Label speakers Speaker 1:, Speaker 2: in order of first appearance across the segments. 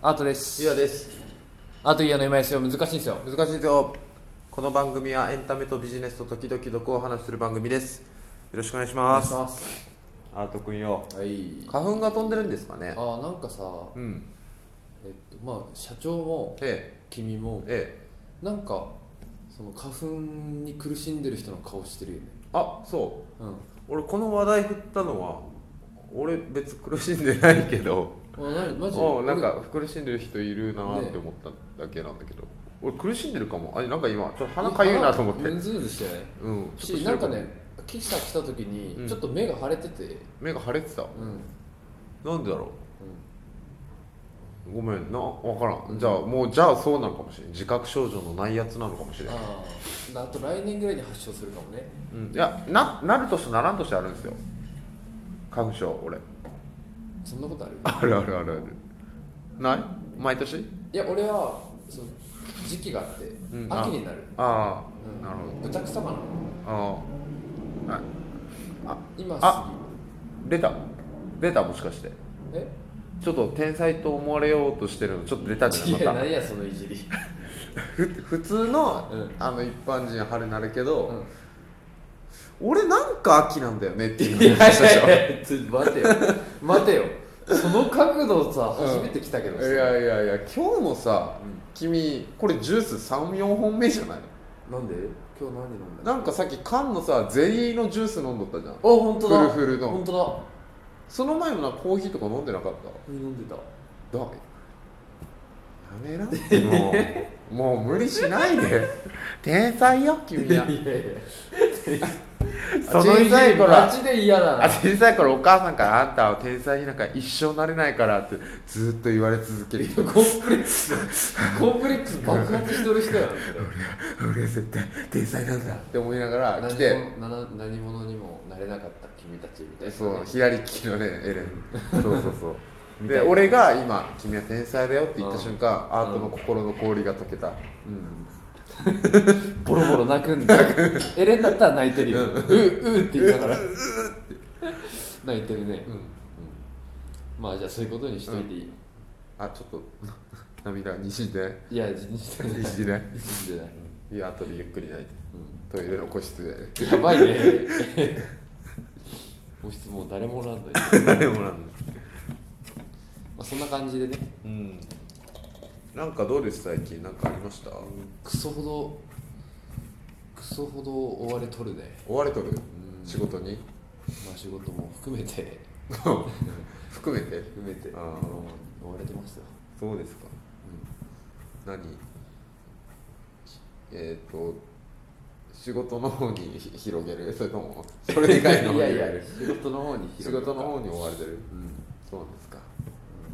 Speaker 1: アートです
Speaker 2: ゆうやです
Speaker 1: アートイヤーの今ですよ難しいんですよ
Speaker 2: 難しいですよこの番組はエンタメとビジネスと時々毒をお話しする番組ですよろしくお願いします
Speaker 1: ます
Speaker 3: アート君よ
Speaker 1: はい
Speaker 2: 花粉が飛んでるんですかね
Speaker 1: あなんかさ
Speaker 2: うん
Speaker 1: えっとまあ社長も
Speaker 2: え
Speaker 1: 君も
Speaker 2: えええ
Speaker 1: なんかその花粉に苦しんでる人の顔してるよね
Speaker 2: あそう
Speaker 1: うん
Speaker 2: 俺この話題振ったのは俺別に苦しんでないけど
Speaker 1: あなマジ
Speaker 2: うんなんか苦しんでる人いるなーって思っただけなんだけど、俺苦しんでるかもあれなんか今ちょっと鼻かゆいなと思って
Speaker 1: うんズムズしてない
Speaker 2: うんちょっ
Speaker 1: し
Speaker 2: として
Speaker 1: な
Speaker 2: る
Speaker 1: んか
Speaker 2: も
Speaker 1: ね今朝来た時
Speaker 2: う
Speaker 1: に
Speaker 2: ん
Speaker 1: ちょっと目が腫れてて
Speaker 2: 目が腫れてた
Speaker 1: うん、うん
Speaker 2: なんでだろうごめんな分からんじゃあもうじゃあそうなのかもしれん自覚症状のないやつなのかもしれん
Speaker 1: あああと来年ぐらいに発症するかもね
Speaker 2: うん、いやななる年とならん年あるんですよ花粉症俺
Speaker 1: そんなことある
Speaker 2: あるあるあるあるない毎年
Speaker 1: いや俺はその時期があって、
Speaker 2: うん
Speaker 1: 秋になる
Speaker 2: あ
Speaker 1: うん
Speaker 2: あなるほ
Speaker 1: ブタクサバナ
Speaker 2: どあああ
Speaker 1: 今す
Speaker 2: あ出た出たもしかして
Speaker 1: ぎえ
Speaker 2: ちょっと天才と思われようとしてるのちょっと出たんじゃ
Speaker 1: い
Speaker 2: ない
Speaker 1: や
Speaker 2: また
Speaker 1: 何やそのいじり
Speaker 2: ふ普通の,、
Speaker 1: うん
Speaker 2: あの一般人は晴れなるけど、
Speaker 1: うん
Speaker 2: 俺なんか秋なんだよねって
Speaker 1: い
Speaker 2: いう
Speaker 1: やい
Speaker 2: 話でしょ
Speaker 1: やいやちょっと待てよ 待てよその角度さ
Speaker 2: うん
Speaker 1: 初めて来たけどさ、
Speaker 2: いやいやいや今日もさ、
Speaker 1: うん
Speaker 2: 君これジュース34本目じゃない
Speaker 1: なんで今日何飲んだのあ
Speaker 2: なんかさっき缶のさゼリーのジュース飲んどったじゃん
Speaker 1: 本当だ
Speaker 2: フルフルの
Speaker 1: 本当だ
Speaker 2: その前もなコーヒーとか飲んでなかっ
Speaker 1: 何飲んでた
Speaker 2: ただやめなって もうもう無理しないで天才よ君 は
Speaker 1: いやいや
Speaker 2: その以前から
Speaker 1: マジで嫌だな
Speaker 2: あ小さい頃お母さんからあんたは天才になんか一生なれないからってずっと言われ続 ける人
Speaker 1: コンプレックスコンプレックス爆発してる人やん
Speaker 2: 俺絶対天才なんだって思いながら来
Speaker 1: そ
Speaker 2: て
Speaker 1: れ何もな何者にもなれなかった君たちみたいなね
Speaker 2: そう左利きのねエレンそうそう そうで俺が今「君は天才だよ」って言った瞬間アートの心の氷が溶けた
Speaker 1: ボロボロ泣くんだエレンだったら泣いてるよ、うううって言いながら泣いてるね、
Speaker 2: うん
Speaker 1: まあじゃあそういうことにしといていい、
Speaker 2: あちょっと涙にじんで
Speaker 1: いやじにしてない
Speaker 2: にじんで
Speaker 1: じゃない、
Speaker 2: いや後でゆっくり泣いて
Speaker 1: う
Speaker 2: トイレの個室で
Speaker 1: ん、やばいねもう質問誰もおらんのに、ま
Speaker 2: 誰もなんだ
Speaker 1: あ、そんな感じでね
Speaker 2: うんなんかどうです最近なんかありました
Speaker 1: クソほどクソほど追われとるね
Speaker 2: 追われとる
Speaker 1: うん
Speaker 2: 仕事に
Speaker 1: まあ仕事も含めて
Speaker 2: 含めて
Speaker 1: 含めて
Speaker 2: あー
Speaker 1: うん追われてますよ、
Speaker 2: そうですか何えっ、と仕事の方に ひ広げるそれともそれ以外
Speaker 1: い
Speaker 2: の方に
Speaker 1: やい
Speaker 2: 広げ
Speaker 1: や
Speaker 2: る
Speaker 1: 仕事の方に
Speaker 2: 仕
Speaker 1: 広げ
Speaker 2: 事
Speaker 1: た
Speaker 2: の方に追われてる
Speaker 1: うん
Speaker 2: そうですか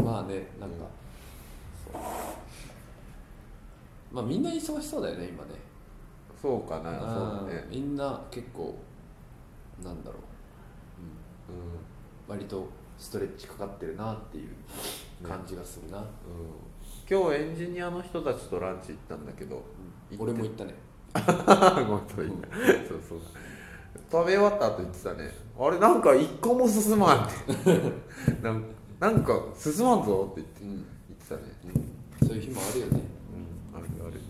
Speaker 1: まあねなんか、そうまあみんな忙しそうだよね今ね
Speaker 2: そうかなそううんだね
Speaker 1: みんな結構なんだろう、
Speaker 2: う
Speaker 1: うん、割とストレッチかかってるなっていう感じがするな、
Speaker 2: ん、うん、今日エンジニアの人たちとランチ行ったんだけど
Speaker 1: う
Speaker 2: うん
Speaker 1: ん、俺も言ったね
Speaker 2: ごめんそれいいなそうそう食べ終わった後言ってたねあれなんか一個も進まんって なんなんか進まんぞって言って
Speaker 1: うん、
Speaker 2: 言ってたね
Speaker 1: うん、そういう日もあるよね
Speaker 2: うんあるある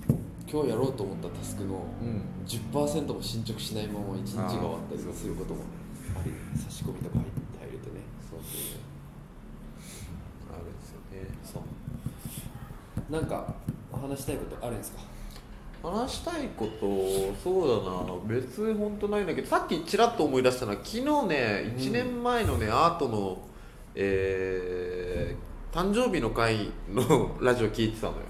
Speaker 1: 今日やろうと思ったタスクの
Speaker 2: うん
Speaker 1: 10%も進捗しないまま一日が終わったり
Speaker 2: あー
Speaker 1: することもあり差し込みとか入って入れてね
Speaker 2: そうそうねあるんですよね
Speaker 1: そうなんか話したいことあるんですか
Speaker 2: 話したいことそうだな別に本当ないんだけどさっきちらっと思い出したのは昨日
Speaker 1: う
Speaker 2: ね
Speaker 1: ん
Speaker 2: 1年前のね、アートのえー誕生日の会のラジオ聞いてたのよ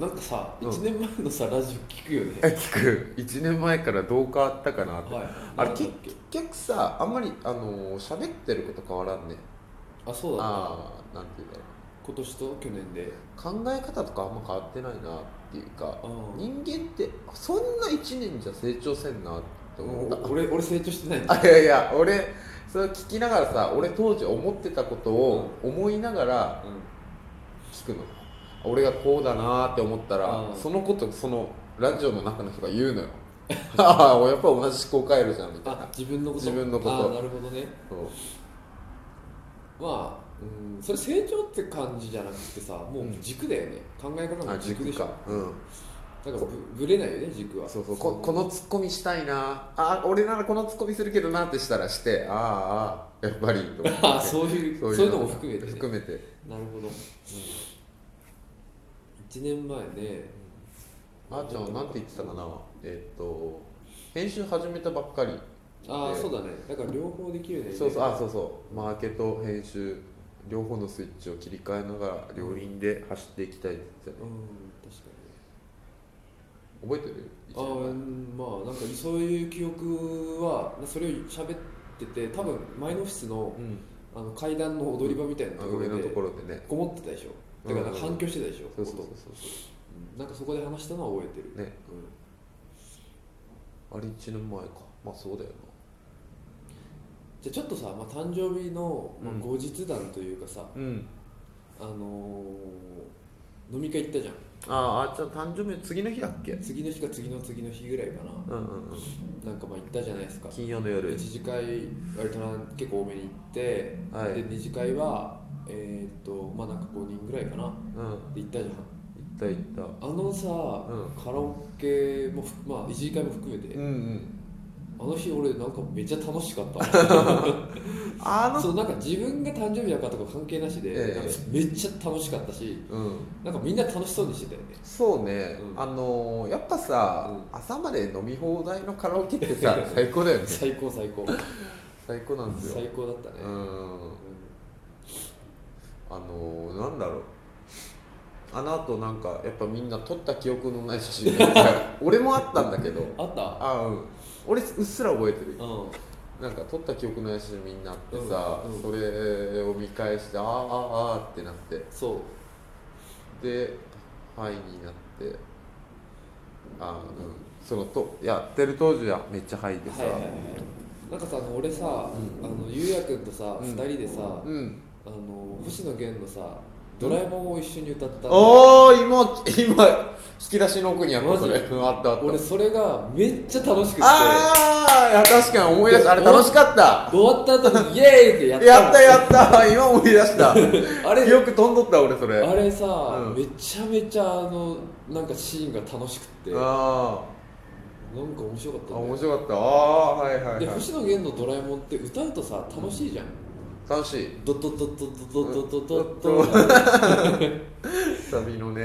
Speaker 1: なんかさ、
Speaker 2: うん
Speaker 1: 1年前のさラジオ聞くよね
Speaker 2: え聞く1年前からどう変わったかなって、
Speaker 1: はい
Speaker 2: あれ
Speaker 1: なんだっ
Speaker 2: 結
Speaker 1: け
Speaker 2: 結局さあんまりあのー喋ってること変わらんね
Speaker 1: あそうだな
Speaker 2: ああなんて言うんだろう
Speaker 1: 今年と去年で
Speaker 2: 考え方とかあんま変わってないなっていうか
Speaker 1: うん
Speaker 2: 人間ってそんな1年じゃ成長せんなって思った
Speaker 1: お俺俺成長してないんだ
Speaker 2: あいやいや俺それ聞きながらさ俺当時思ってたことを思いながら
Speaker 1: う
Speaker 2: 聞くの俺がこうだなーって思ったら
Speaker 1: うん
Speaker 2: そのことそのラジオの中の人が言う のよああやっぱ同じ思考回路じゃんみ
Speaker 1: ん、
Speaker 2: たい
Speaker 1: あ
Speaker 2: な
Speaker 1: 自分のこと
Speaker 2: 自分のこと
Speaker 1: あなるほどね
Speaker 2: そう
Speaker 1: まあうんそれ成長って感じじゃなくてさもう軸だよね、考え方
Speaker 2: あ
Speaker 1: も軸
Speaker 2: 軸
Speaker 1: でしょ
Speaker 2: かうん
Speaker 1: なんかぶぶれないよね軸は
Speaker 2: そうそうここのツッコミしたいなあ俺ならこのツッコミするけどなってしたらしてあーあーやっぱりと思って
Speaker 1: あそういうそういうのも含めて、ね、
Speaker 2: 含めて
Speaker 1: なるほど、1年前ね
Speaker 2: あーちゃんはなんて言ってたかなえっと編集始めたばっかり
Speaker 1: ああ
Speaker 2: で
Speaker 1: そうだねだから両方できるよね
Speaker 2: そうそうあそうそうマーケット編集両方のスイッチを切り替えながら両輪で走っていきたいって言ってた
Speaker 1: う
Speaker 2: ね
Speaker 1: ん確かに
Speaker 2: 覚えてる一
Speaker 1: あー
Speaker 2: 年前
Speaker 1: うんまあなんかそういう記憶はそれを喋ってて多分前のオフィスの
Speaker 2: うん
Speaker 1: あの階段の踊り場みたいなと
Speaker 2: あ
Speaker 1: ころ
Speaker 2: 上のと
Speaker 1: で
Speaker 2: ころでね
Speaker 1: こもってたでしょだからなんか反響してたでしょ、
Speaker 2: そうそうそう
Speaker 1: 音
Speaker 2: そ
Speaker 1: うんなんかそこで話したのは覚えてる
Speaker 2: うね
Speaker 1: うん
Speaker 2: あれ1年前かまあそうだよ
Speaker 1: じゃあちょっとさ、まあ、誕生日の、まあ
Speaker 2: うん
Speaker 1: 後日談というかさ、
Speaker 2: なうん
Speaker 1: あのー飲み会行ったじゃん
Speaker 2: あーあーちゃん誕生日の次の日だっけ
Speaker 1: 次の日か次の次の日ぐらいかな
Speaker 2: うんうんうん
Speaker 1: なんかまあ行ったじゃないですか
Speaker 2: 金曜の夜
Speaker 1: 一次会割とな結構多めに行って、
Speaker 2: はい
Speaker 1: で二次会はえーっとまあなんか5人ぐらいかな
Speaker 2: うん行
Speaker 1: で行ったじゃん
Speaker 2: った行った
Speaker 1: あのさ、
Speaker 2: ん
Speaker 1: カラオケもふまあ一次会も含めて、
Speaker 2: うんうん
Speaker 1: あの日俺なんかめっちゃ楽しか った
Speaker 2: あの
Speaker 1: そうなんか自分が誕生日だからとか関係なしで、
Speaker 2: ええ
Speaker 1: なんかめっちゃ楽しかったし
Speaker 2: うん
Speaker 1: なんかみんな楽しそうにしてたよね
Speaker 2: そうね、
Speaker 1: うん
Speaker 2: あのーやっぱさ、
Speaker 1: う
Speaker 2: 朝まで飲み放題のカラオケって さ最高だよね
Speaker 1: 最高最高
Speaker 2: 最高なんですよ
Speaker 1: 最高だったね、
Speaker 2: う
Speaker 1: うん
Speaker 2: んあのーなんだろうあのあとんかやっぱみんな撮った記憶のない写真が 俺もあったんだけど
Speaker 1: あった
Speaker 2: あうん俺うっすら覚えてる
Speaker 1: うん
Speaker 2: なんか撮った記憶のない写真みんなあってさ、
Speaker 1: うんうん
Speaker 2: それを見返してあーあーあーってなって
Speaker 1: そう
Speaker 2: ではいになってあーうんそのとやってる当時はめっちゃはいでさ、
Speaker 1: はいはいはいなんかさあの俺さ、あのゆうやくんとさ、
Speaker 2: うん
Speaker 1: 二人でさ、
Speaker 2: うん
Speaker 1: あの星野源のさ「ドラえもん」を一緒に歌ったの
Speaker 2: おお今今引き出しの奥にあったそれ
Speaker 1: マ
Speaker 2: うんあったあった
Speaker 1: 俺それがめっちゃ楽しくて
Speaker 2: ああいや確かに思い出したあれ楽しかった
Speaker 1: 終わった後に「イエーイ!」ってやったの
Speaker 2: やったやった 今思い出した
Speaker 1: あれ
Speaker 2: よく飛んどった俺それ
Speaker 1: あ
Speaker 2: あ
Speaker 1: れさ、
Speaker 2: うん
Speaker 1: めちゃめちゃあのなんかシーンが楽しくってなんか
Speaker 2: あ
Speaker 1: 面白かった
Speaker 2: ー
Speaker 1: んだよ
Speaker 2: あ面白かったああはいはい
Speaker 1: で
Speaker 2: はい
Speaker 1: 星野源の「ドラえもん」って歌うとさ楽しいじゃん、
Speaker 2: 楽しい
Speaker 1: ドドドドドドドドド
Speaker 2: う
Speaker 1: ド
Speaker 2: んサビのね、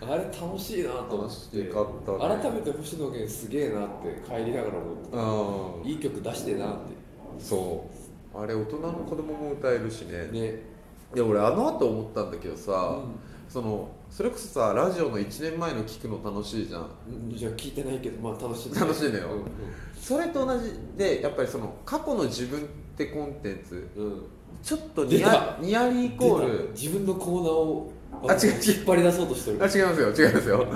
Speaker 1: あれ楽しいなと思って
Speaker 2: 楽しかったね
Speaker 1: 改めて星野源すげえなって帰りながら思って
Speaker 2: うん
Speaker 1: たいい曲出してなって
Speaker 2: そうあれ大人の子供も歌えるしね
Speaker 1: ね、
Speaker 2: いや俺あの後思ったんだけど
Speaker 1: う
Speaker 2: さ、そのそれこそさラジオの1年前の聞くの楽しいじゃん
Speaker 1: ん、じゃあ聞いてないけどまあ楽しい、
Speaker 2: 楽しいのよ
Speaker 1: うん
Speaker 2: それと同じでやっぱりその過去の自分ってコンテンツ
Speaker 1: うんうん
Speaker 2: ちょっとニヤニヤリイコ
Speaker 1: 出
Speaker 2: ー
Speaker 1: た
Speaker 2: ル
Speaker 1: 自分のコーナーを
Speaker 2: あ違う違う
Speaker 1: 引っ張り出そうとしてる
Speaker 2: あ違いますよ違いますよ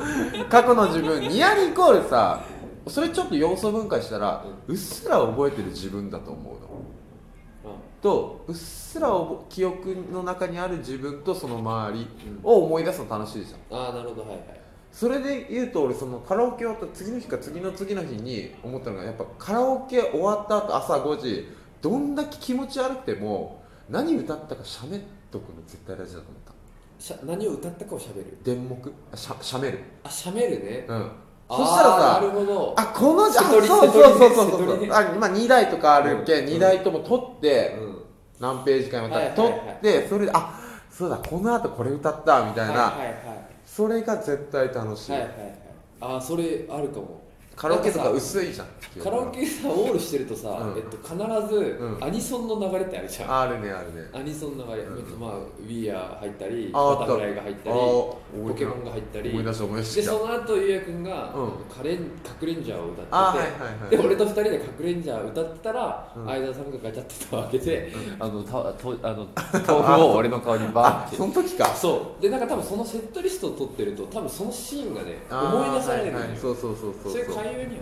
Speaker 2: 過去の自分ニヤリイコールさそれちょっと要素分解したらうっすら覚えてる自分だと思うの
Speaker 1: あ
Speaker 2: とうっすら覚記憶の中にある自分とその周りを思い出すの楽しいじゃん
Speaker 1: あーなるほどはいはい
Speaker 2: それで言うと俺そのカラオケ終わった次の日か次の次の日に思ったのがやっぱカラオケ終わった後朝5時どんだけ気持ち悪くても何歌ったかしゃべっとくの絶対大事だと思った
Speaker 1: しゃ何を歌ったかをしゃべる
Speaker 2: 電目あしゃしゃべる
Speaker 1: あしゃべるね
Speaker 2: うん
Speaker 1: あ
Speaker 2: そ
Speaker 1: ー
Speaker 2: した
Speaker 1: な
Speaker 2: ら
Speaker 1: る
Speaker 2: さ
Speaker 1: ほど
Speaker 2: あこのじゃあ
Speaker 1: 瀬戸
Speaker 2: そう
Speaker 1: 利
Speaker 2: そうそうそうそう
Speaker 1: 瀬戸利ね
Speaker 2: あ今2台とかあるけ、
Speaker 1: うん
Speaker 2: ん、2台とも取って、
Speaker 1: うん
Speaker 2: 何ページかにわたって
Speaker 1: はい
Speaker 2: 取
Speaker 1: は
Speaker 2: っ
Speaker 1: い
Speaker 2: て
Speaker 1: は、い
Speaker 2: それであそうだこの後これ歌ったみたいな、
Speaker 1: はいはいはい
Speaker 2: それが絶対楽しい、
Speaker 1: はいはいはいああそれあるかも
Speaker 2: カラオケと
Speaker 1: な
Speaker 2: か
Speaker 1: んさ
Speaker 2: 薄いじゃん
Speaker 1: カラオケさオールしてるとさ、
Speaker 2: うん
Speaker 1: えっと、必ず
Speaker 2: うん
Speaker 1: アニソンの流れってあるじゃん、
Speaker 2: あるねあるね
Speaker 1: アニソンの流れ、
Speaker 2: うん
Speaker 1: まあ「We Are」入ったり「
Speaker 2: ああ
Speaker 1: バタフライ」が入ったり
Speaker 2: あ
Speaker 1: ポ
Speaker 2: 覚えて
Speaker 1: ケ
Speaker 2: る
Speaker 1: モンが入ったり
Speaker 2: 思い出した思い出
Speaker 1: で
Speaker 2: した
Speaker 1: その後ゆうやくんが、
Speaker 2: うん
Speaker 1: カレン「カクレンジャー」を歌ってて、
Speaker 2: あはいはいはい
Speaker 1: で俺と二人で「カクレンジャー」歌ってたら、
Speaker 2: うん
Speaker 1: 相田さんがガチャって蓋を開けて、あのたとあ の
Speaker 2: あ
Speaker 1: 豆腐を俺の顔にバー
Speaker 2: あ
Speaker 1: ンって
Speaker 2: その時か
Speaker 1: そうでなんか多分そのセットリストを取ってると多分そのシーンがね
Speaker 2: あー
Speaker 1: 思い出されるのよ、
Speaker 2: はいはいそうそうそうそう
Speaker 1: そういう会話にはね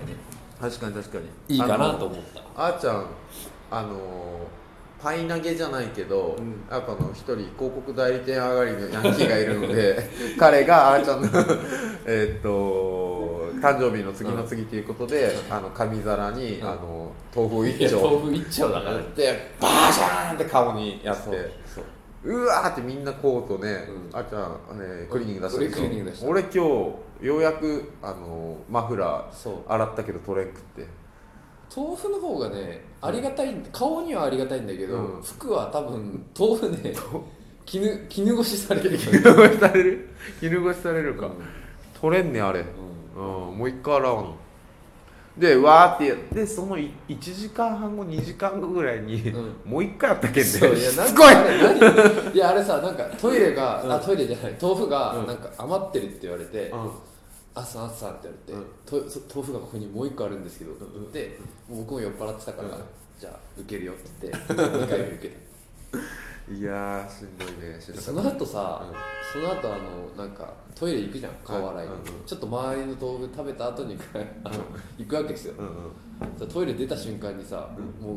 Speaker 2: 確かに確かに
Speaker 1: いいか
Speaker 2: あ
Speaker 1: な
Speaker 2: の
Speaker 1: と思った
Speaker 2: あーちゃんあのーパイ投げじゃないけど、
Speaker 1: うん
Speaker 2: やっぱあの一人広告代理店上がりのヤンキーがいるので 彼があーちゃんの えーっと誕生日の次の次ということで、あの紙皿に、
Speaker 1: うん
Speaker 2: あの豆腐を
Speaker 1: いや
Speaker 2: 一丁
Speaker 1: 豆腐一丁だから
Speaker 2: でバーシャーンって顔にやって
Speaker 1: そうそう
Speaker 2: うわーってみんなコートね、
Speaker 1: うん
Speaker 2: あっちゃん、あれクリーニング出した
Speaker 1: 俺クリーニング出した
Speaker 2: 俺今日ようやくあのマフラー
Speaker 1: そう
Speaker 2: 洗ったけど取れんくって
Speaker 1: 豆腐の方がねありがたいん顔にはありがたいんだけど、
Speaker 2: うん
Speaker 1: 服は多分豆腐ね絹絹ごしされてる か
Speaker 2: 絹ごしされる絹ごしされる
Speaker 1: ら、
Speaker 2: か、
Speaker 1: うん
Speaker 2: 取れんねあれうんもう一回洗うのでわーってやでその1時間半後2時間後ぐらいに、
Speaker 1: うん
Speaker 2: もう一回やったけんね
Speaker 1: そういやなん
Speaker 2: す
Speaker 1: か
Speaker 2: ごい
Speaker 1: あれ何いやあれさなんかトイレが、
Speaker 2: うん
Speaker 1: あトイレじゃない豆腐が
Speaker 2: うん
Speaker 1: なんか余ってるって言われて、
Speaker 2: うん
Speaker 1: 朝朝って言われて、と
Speaker 2: う
Speaker 1: そ豆腐がここにもう一個あるんですけどって言って、僕も酔っ払ってたから、
Speaker 2: うん
Speaker 1: じゃあ受けるよって言って2回目受け
Speaker 2: いやーしんどいねしん
Speaker 1: た
Speaker 2: ど
Speaker 1: で
Speaker 2: い
Speaker 1: その後さ、
Speaker 2: うん
Speaker 1: その後あのなんかトイレ行くじゃん顔洗いに、
Speaker 2: はいうんうん
Speaker 1: ちょっと周りの豆腐食べた後にあの行くわけですよ
Speaker 2: うんうん
Speaker 1: さトイレ出た瞬間にさ、もう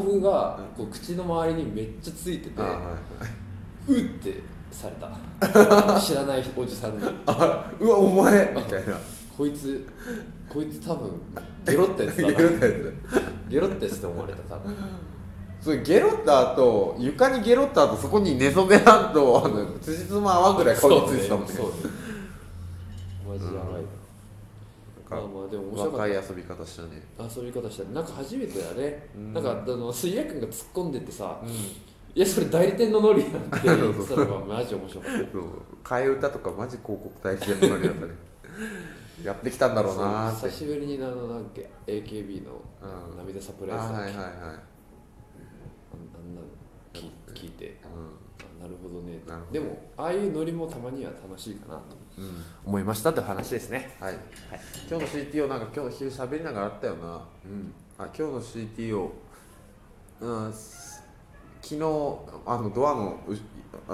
Speaker 1: 豆腐がこう口の周りにめっちゃついてて、
Speaker 2: あーはいう
Speaker 1: ってされた知らないおじさんに
Speaker 2: あうわお前みた いな
Speaker 1: こいつこいつ多分ゲロったやつ だな
Speaker 2: ゲロったやつ
Speaker 1: ゲロったやつって思われた多分
Speaker 2: それゲロった後床にゲロった後そこに寝そべらんとあの辻褄合わんぐらい顔についてたもんね
Speaker 1: そうねマジやばい、まあまあでも面白か
Speaker 2: 若
Speaker 1: っ
Speaker 2: い遊び方したね
Speaker 1: た遊び方したねなんか初めてだね、
Speaker 2: うん
Speaker 1: なんかあの杉谷君が突っ込んでってさ
Speaker 2: う
Speaker 1: 「
Speaker 2: ん
Speaker 1: いやそれ代理店のノリやん」っ て言ってたのがマジ面白かった
Speaker 2: そう替え歌とかマジ広告大事だったね やってきたんだろうなー
Speaker 1: そう
Speaker 2: っ
Speaker 1: 久し
Speaker 2: て
Speaker 1: ぶりにあのなんか AKB の
Speaker 2: うん
Speaker 1: 涙サプ
Speaker 2: あ
Speaker 1: ライズだっ
Speaker 2: はい
Speaker 1: け
Speaker 2: はいはい、
Speaker 1: あんなの聞聞いてあなるほどね
Speaker 2: なるほど
Speaker 1: でもああいうノリもたまには楽しいかなと
Speaker 2: うん、うん、
Speaker 1: 思いましたという話ですね
Speaker 2: はい、今日の CTO なんか今日昼喋りながらあったよな
Speaker 1: うん
Speaker 2: あ今日の CTO うんす昨日あのドアのうあ